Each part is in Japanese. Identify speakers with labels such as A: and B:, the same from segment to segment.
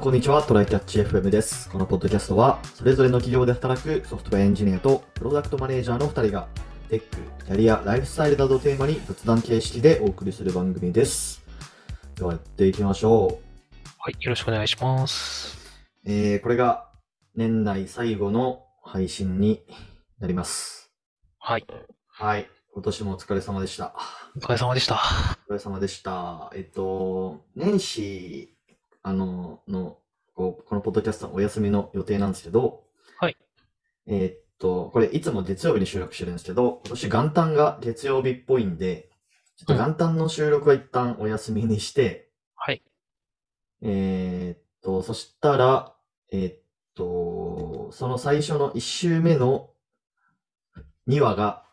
A: こんにちは、トライキャッチ FM です。このポッドキャストは、それぞれの企業で働くソフトウェアエンジニアとプロダクトマネージャーの2人が、テック、キャリア、ライフスタイルなどをテーマに雑談形式でお送りする番組です。ではやっていきましょう。
B: はい、よろしくお願いします。
A: えー、これが年内最後の配信になります。
B: はい、
A: はい。今年もお疲れ様でした。
B: お疲れ様でした。
A: お疲れ様でした。えっと、年始、あの、の、こうこのポッドキャストのお休みの予定なんですけど、
B: はい。
A: えっと、これいつも月曜日に収録してるんですけど、今年元旦が月曜日っぽいんで、ちょっと元旦の収録は一旦お休みにして、
B: はい、
A: えーっと、そしたら、えーっと、その最初の1週目の2話が、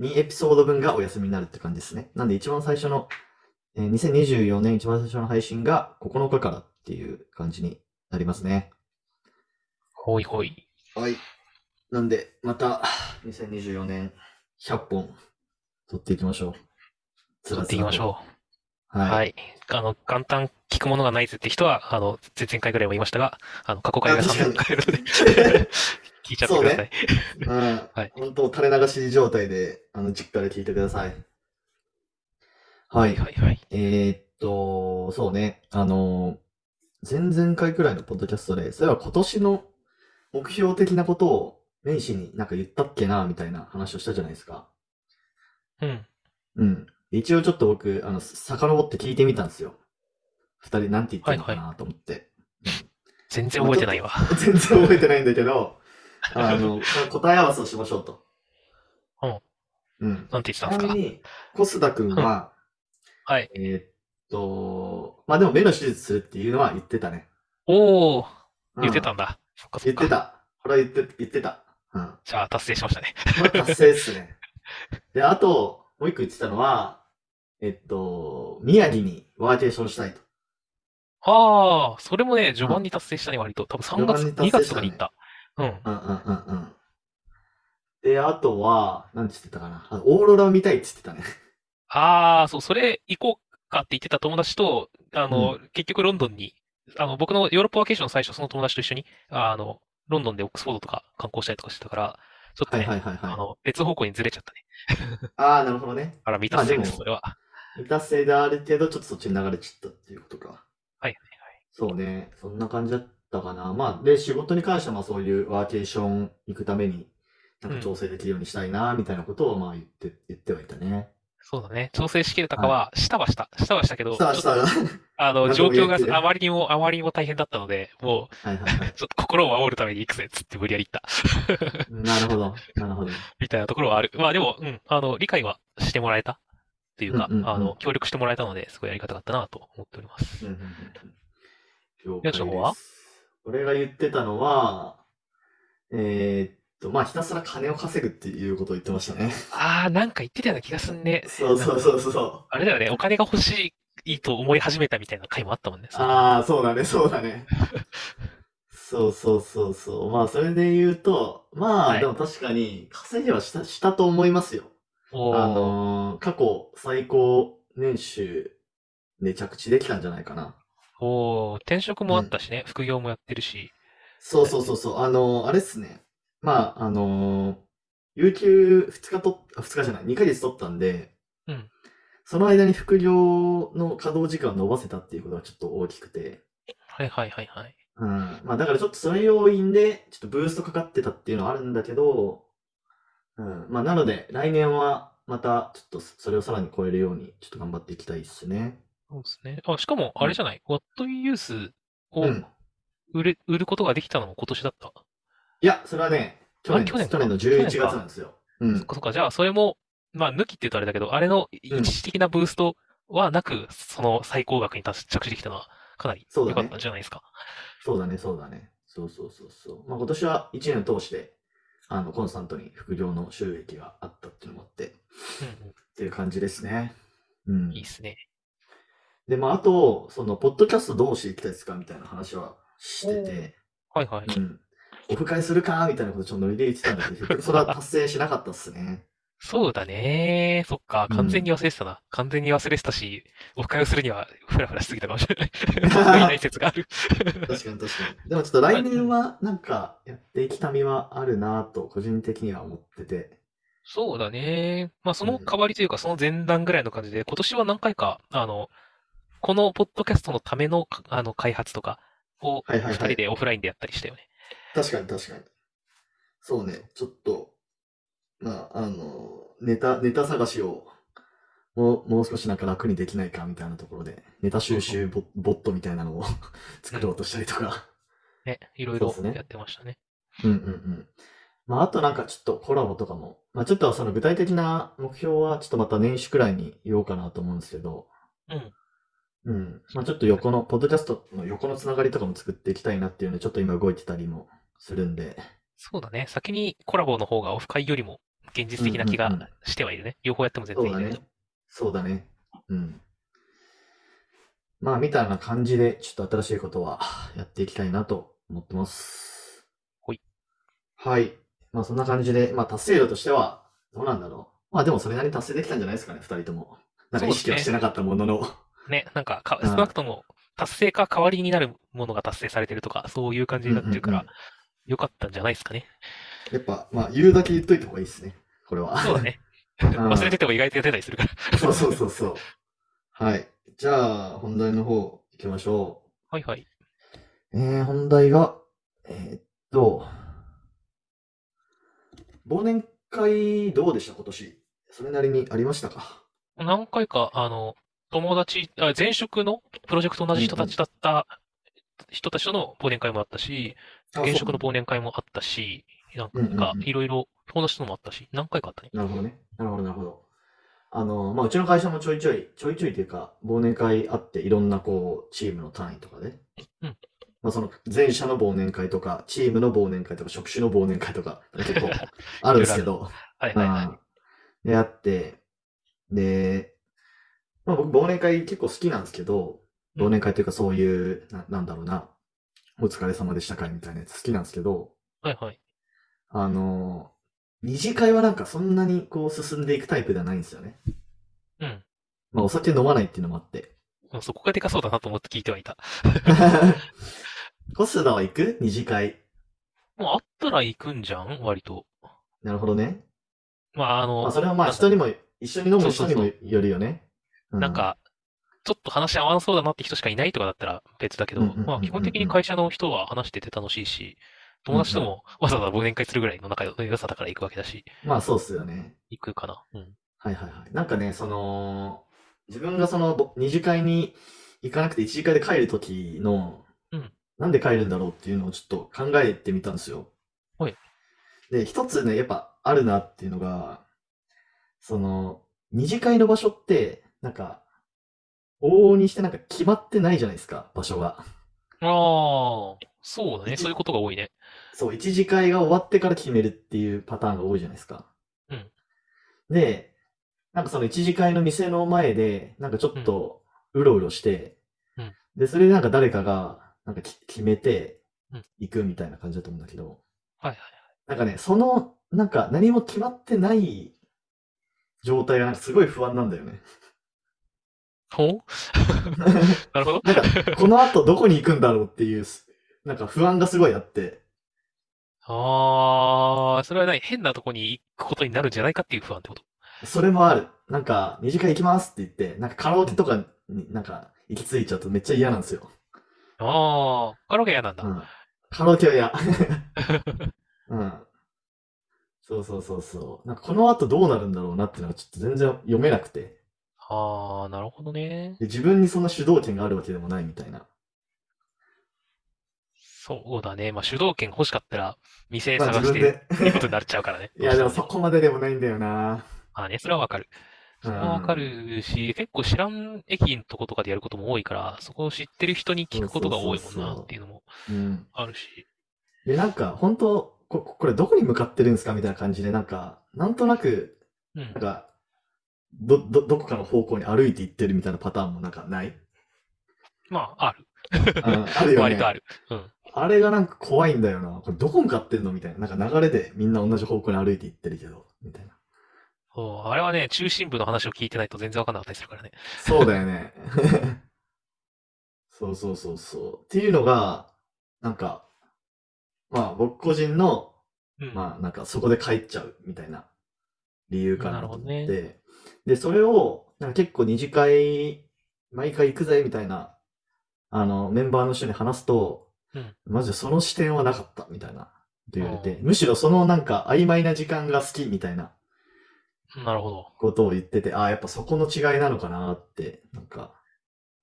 A: 2エピソード分がお休みになるって感じですね。なんで一番最初の、えー2024年一番最初の配信が9日からっていう感じになりますね。
B: ほいほい。
A: はい。なんで、また、2024年100本撮っていきましょう。つ
B: 撮
A: ら
B: っ
A: つ
B: てい
A: ら
B: き
A: と
B: ましょ
A: う。
B: う。
A: はい。
B: はい。あの、元旦聞くものがないぜって人は、あの、前々回ぐらいも言いましたが、あの、過去回が
A: あ確
B: 3年
A: か
B: 回あるので、 聞いちゃって
A: そう
B: く
A: ね
B: ださい。
A: うん
B: はい
A: 本当、垂れ流し状態で、あの、じっくり聞いてください。はい。
B: はいはい。
A: えーっと、そうね。あの、前々回くらいのポッドキャストで、それは今年の目標的なことを年始になんか言ったっけな、みたいな話をしたじゃないですか。
B: うん。
A: うん。一応ちょっと僕、あの、遡って聞いてみたんですよ。二人なんて言ってるのかなと思って。
B: 全然覚えてないわ。
A: 全然覚えてないんだけど、あの、答え合わせをしましょうと。うん。
B: なんて言ってたんで
A: ちな
B: すか
A: みに、コスダ君は、
B: はい。
A: えーっと、まあでも目の手術するっていうのは言ってたね。
B: おー、
A: うん
B: 言ってたんだ。そっかそ
A: 言
B: っ
A: って
B: か。
A: た。これは言って、言ってた。うん。こ
B: じゃあ、達成しましたね。
A: れ達成っすね。 で、あと、もう一個言ってたのは、えっと、宮城にワーケーションしたいと。
B: あー、それもね、序盤に達成したね、割と。多分3月、
A: 序盤に達成
B: 2月
A: した
B: とか
A: ね
B: に行った。うん。
A: うんうんうんうん。で、あとは、なんて言ってたかな。あオーロラを見たいって言ってたね。
B: ああ、そう、それ行こうかって言ってた友達と、あの、結局ロンドンに、あの、僕のヨーロッパワーケーションの最初、その友達と一緒に、あの、ロンドンでオックスフォードとか観光したりとかしてたから、ちょっと
A: はい
B: ね、
A: はいはいは
B: あ
A: い。
B: の、別方向にずれちゃったね。
A: ああ、なるほどね。
B: あら、未達成です、
A: あでも
B: それは。
A: 未達成である程度、ちょっとそっちに流れちゃったっていうことか。
B: はいはいはい。
A: そうね。そんな感じだったかな。まあ、で、仕事に関しては、まあそういうワーケーション行くために、なんか調整できるようにしたいな、みたいなことを、まあ言って、言ってはいたね。
B: そうだね。調整しきれたかは、したはした。したはしたけど、
A: さあ、
B: ちょっ
A: さあ、
B: と、
A: は
B: あの、
A: なんと
B: 状
A: も言え
B: 況が
A: ない
B: あまりにも、あまりにも大変だったので、も う、
A: いはいはい。
B: ちょっと心を守るために行くぜ、つって無理やり行った。
A: なるほど。なるほど。
B: みたいなところはある。まあでも、うん、あの、理解はしてもらえたっていうか、
A: うんうんうん
B: あの、協力してもらえたので、すごいやり方だったなと思っております。
A: うんうんうんうん了
B: や
A: 解
B: つの方
A: で
B: は
A: す。俺が言ってたのは、えーっと、まあ、ひたすら金を稼ぐっていうことを言ってました ね。
B: ああ、なんか言ってたような気がすんね。
A: そうそうそうそう。
B: あれだよね、お金が欲しいと思い始めたみたいな回もあったもんね。
A: ああ、そうだね、そうだね。そうそうそうそう。まあ、それで言うと、まあ、
B: はい
A: でも確かに、稼ぎはした、したと思いますよ。
B: おー
A: あのー過去最高年収で着地できたんじゃないかな。
B: おー転職もあったしね、副業もやってるし。
A: そうそうそうそう。あのーあれっすね。まあ、あのー有給2日と、あ、2日じゃない、2ヶ月取ったんで、
B: うん
A: その間に副業の稼働時間を伸ばせたっていうことがちょっと大きくて、
B: はいはいはいはい。
A: うん。まあ、だからちょっとそれ要因で、ちょっとブーストかかってたっていうのはあるんだけど、うん。まあ、なので、来年はまた、ちょっとそれをさらに超えるように、ちょっと頑張っていきたいですね。
B: そうですね。あ、しかも、あれじゃない、What We Use を
A: うん。
B: 売れ、売ることができたのも今年だった。
A: いや、それはね、去年です。
B: 去年か
A: 去年の
B: 去年
A: 11
B: か
A: 月なんですよ。うん。
B: そっかそっか、じゃあ、それも、まあ、抜きって言うとあれだけど、あれの一時的なブーストはなく、その最高額に達着地できたのは、かなり
A: そうだ
B: 良かっ
A: ね
B: たんじゃないですか。
A: そうだね、そうだね。そうそうそうそう。まあ今年は1年通して、あの、コンスタントに副業の収益があったっていうのもあって、っ
B: うんうん
A: ていう感じですね。うん
B: いい。っすね。
A: で、まああと、その、ポッドキャストどうしていきたいですかみたいな話はしてて、
B: はいはい。
A: うん。オフ会するかみたいなことちょっとノリで言ってたんだけど、結局それは達成しなかったっすね。
B: そうだね。そっか。
A: うん
B: 完全に忘れてたな。完全に忘れてたし、オフ会をするにはフラフラしすぎたかもし れない。僕にない説がある。
A: 確かに確かに。でもちょっと来年はなんかやっていきたみはあるなと個人的には思ってて。
B: そうだね。まあ、その代わりというか、その前段ぐらいの感じで、今年は何回か、あの、このポッドキャストのための、あの、開発とかを、
A: はいはいはい
B: 二人でオフラインでやったりしたよね。
A: 確かに確かに。そうね、ちょっと、まあ、あの、ネタ、ネタ探しを、もう、もう少しなんか楽にできないかみたいなところで、ネタ収集ボボットみたいなのを 作ろうとしたりとか。
B: ね、いろいろ
A: そうっすね
B: やってましたね。
A: うんうんうん。まあ、あとなんかちょっとコラボとかも、まあ、ちょっとその具体的な目標はちょっとまた年始くらいに言おうかなと思うんですけど、
B: うん。
A: うん。まあ、ちょっと横の、ポッドキャストの横のつながりとかも作っていきたいなっていうので、ちょっと今動いてたりもするんで、
B: そうだね。先にコラボの方がオフ会よりも現実的な気
A: うんうんうん
B: がしてはいるね。両方やっても全
A: そ
B: 然いうい
A: だ
B: んだけ
A: ね
B: ど。。
A: そうだね。うん。まあ、みたいな感じで、ちょっと新しいことはやっていきたいなと思ってます。
B: ほい。
A: はい。まあ、そんな感じで、まあ、達成度としては、どうなんだろう。まあ、でもそれなりに達成できたんじゃないですかね、二人とも。なんか意識はしてなかったものの。
B: ね、なんかか、
A: うん
B: 少なくとも達成か代わりになるものが達成されてるとか、そういう感じになってるか
A: うん
B: ら
A: うん、
B: よかったんじゃないですかね。
A: やっぱ、まあ、言うだけ言っといた方がいいですね。これは。
B: そうだね。
A: ん
B: 忘れてても意外とやってたりするか ら。
A: そうそうそうそう。はい。じゃあ、本題の方行きましょう。
B: はいはい。
A: えー、本題が、えーっと、忘年会どうでした今年。それなりにありましたか
B: 何回か、あの、友達、あ、前職のプロジェクト同じ人たちだった人たちとの忘年会もあったし、現職の忘年会もあったし、なん
A: うんうん
B: か
A: うん
B: いろいろ友達とのもあったし、何回かあったね。
A: なるほどね。なるほど、なるほど。あの、まあ、うちの会社もちょいちょい、ちょいちょいというか、忘年会あって、いろんなこう、チームの単位とかで、
B: うん
A: まあ、その、前者の忘年会とか、チームの忘年会とか、職種の忘年会とか、結構あるんですけど、
B: はいはいはい。
A: うんで、あって、で、まあ、僕、忘年会結構好きなんですけど、
B: うん
A: 忘年会というかそういう、ななんだろうな、お疲れ様でした会みたいなやつ好きなんですけど、
B: はいはい。
A: あの、二次会はなんかそんなにこう進んでいくタイプではないんですよね。
B: うん。
A: まあ、お酒飲まないっていうのもあ って。
B: うんそこがでかそうだなと思って聞いてはいた。
A: コスダは行く二次会。
B: もうあったら行くんじゃん割と。
A: なるほどね。
B: まああの、
A: まあ、それはまあ、人にも、一緒に飲む人にもよるよね。う
B: なん、か、ちょっと話合わなそうだなって人しかいないとかだったら別だけど、
A: うんうんうんうん
B: まあ基本的に会社の人は話してて楽しいし、友達ともわざわざ忘年会するぐらいの仲の良さだから行くわけだし、
A: まあ、そうっすよね。
B: 行くかな。うん。
A: はいはいはい。なんかね、その、自分がそのぼ二次会に行かなくて一次会で帰る時の
B: うん、
A: なんで帰るんだろうっていうのをちょっと考えてみたんですよ。
B: はい。
A: で、一つね、やっぱあるなっていうのが、その、二次会の場所って、なんか、往々にしてなんか決まってないじゃないですか、場所が。
B: ああ、そうだね。
A: 一
B: そういうことが多いね。
A: そう、一次会が終わってから決めるっていうパターンが多いじゃないですか。
B: うん
A: で、なんかその一次会の店の前で、なんかちょっとうろうろして、
B: うん
A: で、それでなんか誰かが、なんかき決めて
B: うん、
A: 行くみたいな感じだと思うんだけど、
B: はいはい。
A: なんかね、その、なんか何も決まってない状態がなんかすごい不安なんだよね。
B: ほうなるほど。
A: なんか、この後どこに行くんだろうっていう、なんか不安がすごいあって、
B: ああ、それはない。変なとこに行くことになるんじゃないかっていう不安ってこと。
A: それもある。なんか、二次会行きますって言って、なんかカラオケとかになんか行き着いちゃうとめっちゃ嫌なんですよ。
B: ああ、カラオケ嫌なんだ。
A: うん。カラオケは 嫌。うん。そうそうそうそう。なんかこの後どうなるんだろうなっていうのがちょっと全然読めなくて。
B: ああ、なるほどね。
A: で自分にそんな主導権があるわけでもないみたいな。
B: そうだね。まあ主導権欲しかったら店
A: まあ
B: 探
A: 自
B: し
A: 分
B: て
A: で。
B: っていうことになっちゃうからね。
A: いやでも
B: どうして
A: そ
B: もね
A: こまででもないんだよな。
B: ああね、それはわかる。それはわかるし、結構知らん駅のとことかでやることも多いから、そこを知ってる人に聞くことが多いもんなっていうのも
A: うん。
B: あるし。
A: で、なんか本当こ、これどこに向かってるんですかみたいな感じで、なんか、なんとなく、
B: うん
A: なん。か、ど、ど、どこかの方向に歩いていってるみたいなパターンもなんか ない
B: まあ、ある。
A: うんあるよ
B: 割
A: ね
B: と。ある。うん。
A: あれがなんか怖いんだよな。これどこ向かってんのみたいな。なんか流れでみんな同じ方向に歩いていってるけど、みたいな。
B: おあれはね、中心部の話を聞いてないと全然わかんなかったりするからね。
A: そうだよね。 そうそうそうそう。っていうのが、なんか、まあ僕個人の、
B: うん。
A: まあなんかそこで帰っちゃうみたいな理由かなと思って。
B: なるほど
A: で、それを、なんか結構二次会、毎回行くぜみたいな、あの、メンバーの人に話すと、
B: うん
A: マジでその視点はなかったみたいな、と言われて、
B: う
A: むしろそのなんか曖昧な時間が好きみたいな
B: なるほど。
A: ことを言ってて、ああ、やっぱそこの違いなのかなって、なんか、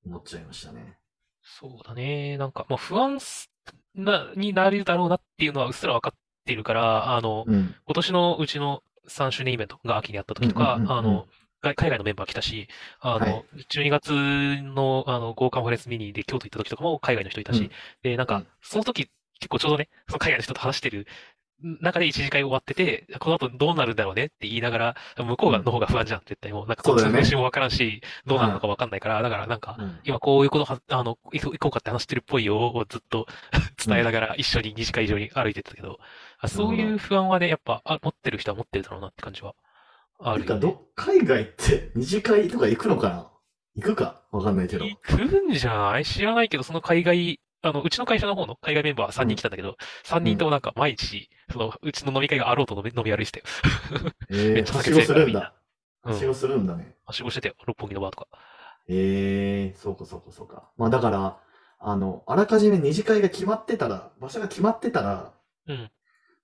A: 思っちゃいましたね。
B: そうだね。なんか、まあ、不安すな、になるだろうなっていうのはうっすらわかっているから、あの、
A: うん。
B: 今年のうちの3周年イベントが秋にあった時と
A: う
B: か
A: んうん、うんうん
B: あの、外海外のメンバー来たし、あ
A: は
B: の、12月の、あの、GO カンファレンスミニで京都行った時とかも海外の人いた
A: う
B: し
A: ん、
B: で、なん
A: う
B: か
A: ん、
B: その時、結構ちょうどね、その海外の人と話してる中で一次会終わってて、この後どうなるんだろうねって言いながら、向こうが
A: うん
B: の方が不安じゃん、絶対もう。なんかこっち
A: そうだ
B: の
A: よね
B: 方針もわからんし、どうなるのかわかんないから、だからなんか、
A: うん
B: 今こういうことは、あの、いこ行こうかって話してるっぽいよをずっと 伝えながら一緒に2時間以上に歩いてたけど、あそう
A: なる
B: い
A: ほど
B: う不安はね、やっぱあ持ってる人は持ってるだろうなって感じはあ
A: なん
B: る
A: か
B: よ
A: ど
B: ね。
A: っ、海外って二次会とか行くのかな行くかわかんないけど。
B: 行くんじゃない知らないけど、その海外、あの、うちの会社の方の海外メンバーは3人来たんだけど、3人ともなんか毎日、その、うちの飲み会があろうと飲み、飲み歩いてたよ。
A: え
B: め
A: え
B: っちゃ
A: は
B: 酒
A: しごするん
B: 強いか
A: だ。
B: う
A: はし
B: ん。
A: ごするんだね。
B: はしごしてたよ。六本木のバーとか。
A: ええそうかそうかそうか。まあだから、あの、あらかじめ二次会が決まってたら、場所が決まってたら、
B: うん。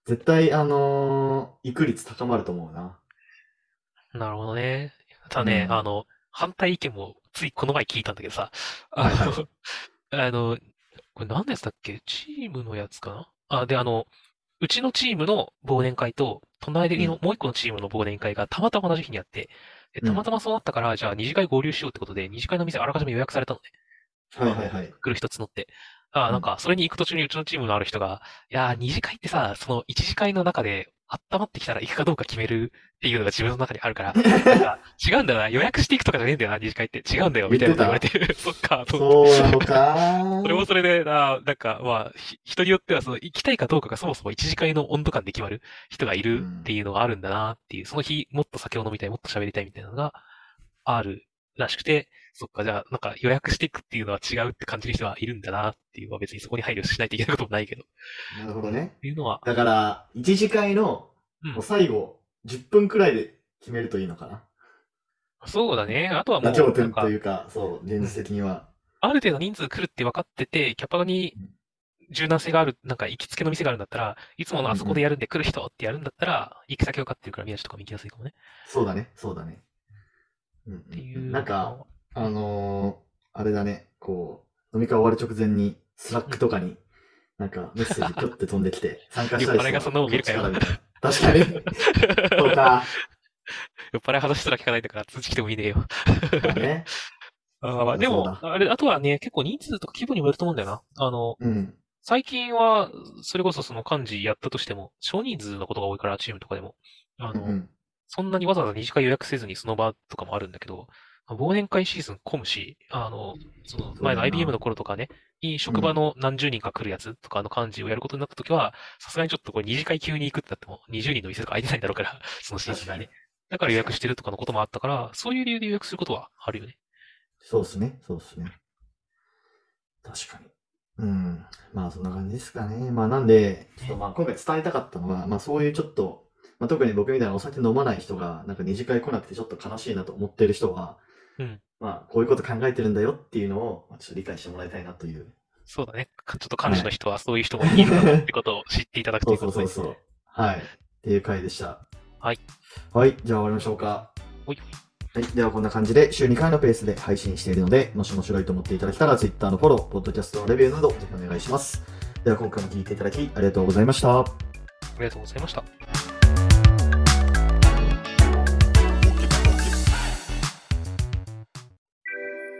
A: 絶対、あのー行く率高まると思うな。
B: なるほどね。ただね、
A: うん
B: あの、反対意見もついこの前聞いたんだけどさ、
A: はいはい
B: あの、あの、これ何のやつだっけチームのやつかなあ、で、あの、うちのチームの忘年会と、隣のもう一個のチームの忘年会がたまたま同じ日にあって、で
A: うん
B: たまたまそうなったから、じゃあ二次会合流しようってことで、二次会の店あらかじめ予約されたのね。
A: はいはいはい。
B: 来る人募って。あ
A: う
B: あ、
A: ん
B: なんか、それに行く途中にうちのチームのある人が、いやー、二次会ってさ、その一次会の中で、温まってきたら行くかどうか決めるっていうのが自分の中に あるから、なんか違うんだよな、予約していくとかじゃねえんだよな、二次会って。違うんだよ、みたいなこと言われて。そっか、と思って
A: そうなのか
B: それもそれで、な、なんか、まあ、ひ人によっては、その、行きたいかどうかがそもそも一次会の温度感で決まる人がいるっていうのがあるんだなっていう、その日、もっと酒を飲みたい、もっと喋りたいみたいなのがあるらしくて、そっか、じゃあ、なんか予約していくっていうのは違うって感じる人はいるんだなっていうのは、別にそこに配慮しないといけないこともないけど、っ
A: なるほどね。
B: ていうのは、
A: だから、一次会の
B: うん
A: もう最後、10分くらいで決めるといいのかな。
B: そうだね。あとはも
A: 妥協
B: う、な
A: 点
B: んか
A: と、いうか、そう、現実的には。
B: ある程度人数来るって分かってて、キャパに柔軟性がある、なんか行きつけの店があるんだったら、いつものあそこでやるんで来る人ってやるんだったら、行き先分かってるから宮地とかも行きやすいかもね。
A: そうだね、そうだね。うんうんうん
B: っていう。
A: なんか、、 あのーあれだね、こう、飲み会終わる直前に、スラックとかに、なんかメッセージピョって飛んでき て、参加したい
B: 酔っ払いがそんなもん見るかよ
A: こっちからみたいな確かに。 そうか。
B: 酔っ払い話したら聞かないんだから通知来てもいいねえよ。
A: だね。
B: あーまあで
A: そう
B: も、
A: だ
B: あれ、あとはね、結構人数とか規模にもよると思うんだよな。あの、
A: うん。
B: 最近は、それこそその幹事やったとしても、少人数のことが多いから、チームとかでも。あ
A: う
B: の、
A: ん。
B: そんなにわざわざ二次会予約せずにその場とかもあるんだけど、忘年会シーズン混むし、あの、その前の
A: そうだよな
B: IBM の頃とかね、に職場の何十人か来るやつとかの幹事をやることになった時は、さすがにちょっとこれ二次会急に行くってなっても、20人の店とか空いてないんだろうから、そのシーズンにね。だから予約してるとかのこともあったから、そういう理由で予約することはあるよね。
A: そうですね、そうですね。確かに。うん。まあそんな感じですかね。まあなんで、ちょっとまあ今回伝えたかったのは、まあそういうちょっと、まあ、特に僕みたいなお酒飲まない人が、なんか二次会来なくてちょっと悲しいなと思ってる人は、
B: うん
A: まあこういうこと考えてるんだよっていうのを、まあちょっと理解してもらいたいなと いう。
B: そうだね。かちょっと幹事の人はそういう人もい るんだなってことを知っていただく
A: そ
B: といううこ
A: そう
B: と
A: そ
B: で
A: うそう。はい。っていう回でした。
B: はい。
A: はい、じゃあ終わりましょうか。
B: ほい
A: はい。ではこんな感じで週2回のペースで配信しているので、もし面白いと思っていただけたら Twitter のフォロー、ポッドキャストのレビューなどぜひお願いします。では今回も聞いていただきありがとうございました。
B: ありがとうございました。